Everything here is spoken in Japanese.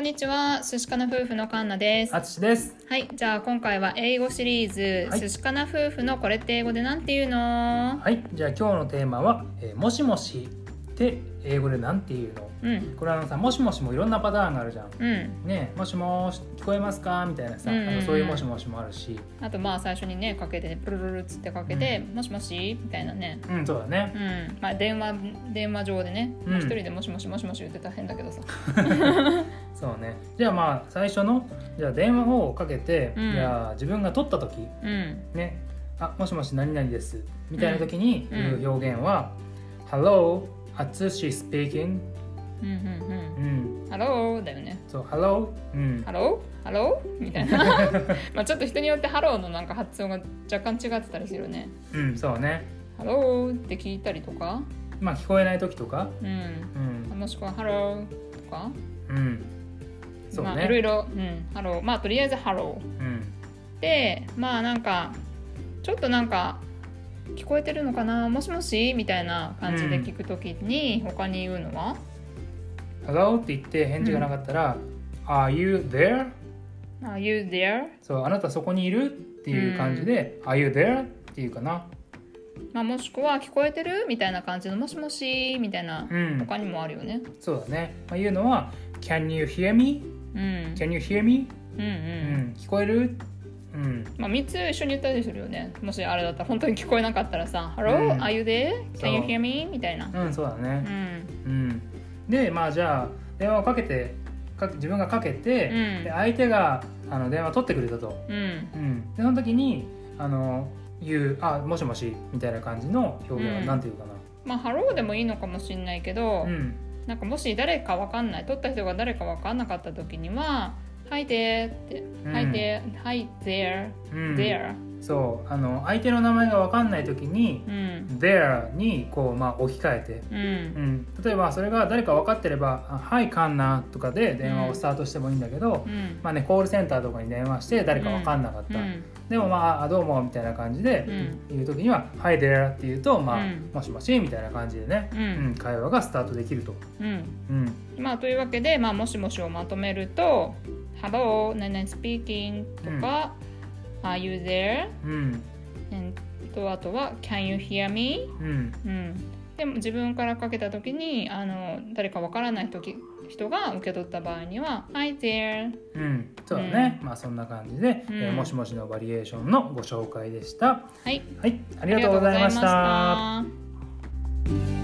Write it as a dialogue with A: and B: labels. A: にちは、寿司かな夫婦のカンナです。
B: あつしです。
A: はい、じゃあ今回は英語シリーズ、
B: はい
A: 寿司かな夫婦のこれって英語でなんて言うの？
B: はい、じゃあ今日のテーマは、えーもしもしって英語でなんて言うの
A: うん、
B: これあのさ、もしもしもいろんなパターンがあるじゃん。
A: うん。
B: ねえもしもし聞こえますかみたいなさ、
A: うんうんうん
B: あのそういうもしもしもあるし、
A: あとまあ最初にねかけてプルルルっつってかけて、もしもしみたいなね。
B: うん、そうだね。
A: うん、まあ電話電話上でね、
B: うん
A: もう一人でもしもしもしもし言ってたら変だけどさ。
B: そうね。じゃあまあ最初のじゃあ電話をかけて、
A: うん
B: じゃあ自分が取った時
A: うん、
B: ね、あもしもし何々ですみたいな時に
A: うん
B: 言う表現は、Hello, あつし speaking。
A: うん、うん、うん
B: う。ん、
A: ハローだよね。
B: そう Hello。うん
A: ハ。ローハローみたい なまあちょっと人によってハローのなんか発音が若干違ってたりするよね
B: うん、そうね。
A: ハローって聞いたりとか
B: まあ聞こえない時とか、
A: うん
B: うん、
A: もしくはハローとか
B: うん。そうね。
A: まあ、いろいろ、うん、ハローまあとりあえずハロー
B: うん。
A: でまあなんかちょっとなんか聞こえてるのかなもしもしみたいな感じで聞くときに他に言うのは、
B: Hello って言って返事がなかったら、Are you there?
A: Are you there?
B: そう、あなたそこにいるっていう感じで、Are you there? っていうかな。
A: まあ、もしくは聞こえてるみたいな感じのもしもしみたいな
B: うん。
A: 他にもあるよね。
B: そうだね。まあ、言うのは、Can you hear me?
A: うん、うん、
B: Can you hear me?
A: うん、
B: うん、聞こえるうん。
A: まあ、3つ一緒に言ったりするよね。もしあれだったら本当に聞こえなかったらさ、Hello,
B: うん
A: are you there?
B: そう
A: Can you hear me? みたいな。
B: うん、そうだ
A: う
B: ね。
A: ん。
B: うん。で、まあじゃあ、電話をかけて、か自分がかけて、
A: うん
B: で相手があの電話取ってくれたと。
A: うん。
B: うん、でその時にあの言う「あもしもし」みたいな感じの表現
A: う
B: は
A: ん
B: なんていうか
A: ま
B: な、
A: あ、Hello でもいいのかもしれないけど、
B: うん
A: なんかもし誰かわかんない、取った人が誰かわかんなかった時には、Hi there って、
B: うん
A: Hi there, Hi there,
B: うん
A: there。
B: そうあの相手の名前が分かんない時に
A: うん。
B: 「there」にこう、まあ、置き換えて、
A: うん。
B: うん、例えばそれが誰か分かってれば「あはいカンナ」とかで電話をスタートしてもいいんだけど、
A: うん。
B: まあね、コールセンターとかに電話して誰か分かんなかった、
A: うん
B: でもまああ「どうも」みたいな感じで
A: うん
B: 言う時には「はい there」って言うと、まあ
A: うん
B: もしもし」みたいな感じでね、
A: うん
B: うん、会話がスタートできると。
A: うん。
B: うん
A: まあ、というわけで、まあ、もしもしをまとめると、Hello, 何々 speaking とか、Are you there?
B: うん
A: えっとあとは「Can you hear me?」
B: うん
A: うん、でも自分からかけた時にあの誰かわからない時人が受け取った場合には「Hi there
B: うん、そうだね、まあそんな感じで、
A: うん
B: えーもしもしのバリエーションのご紹介でした。」
A: はい
B: はい、あ
A: あ
B: りがとうございました。
A: りがとうございました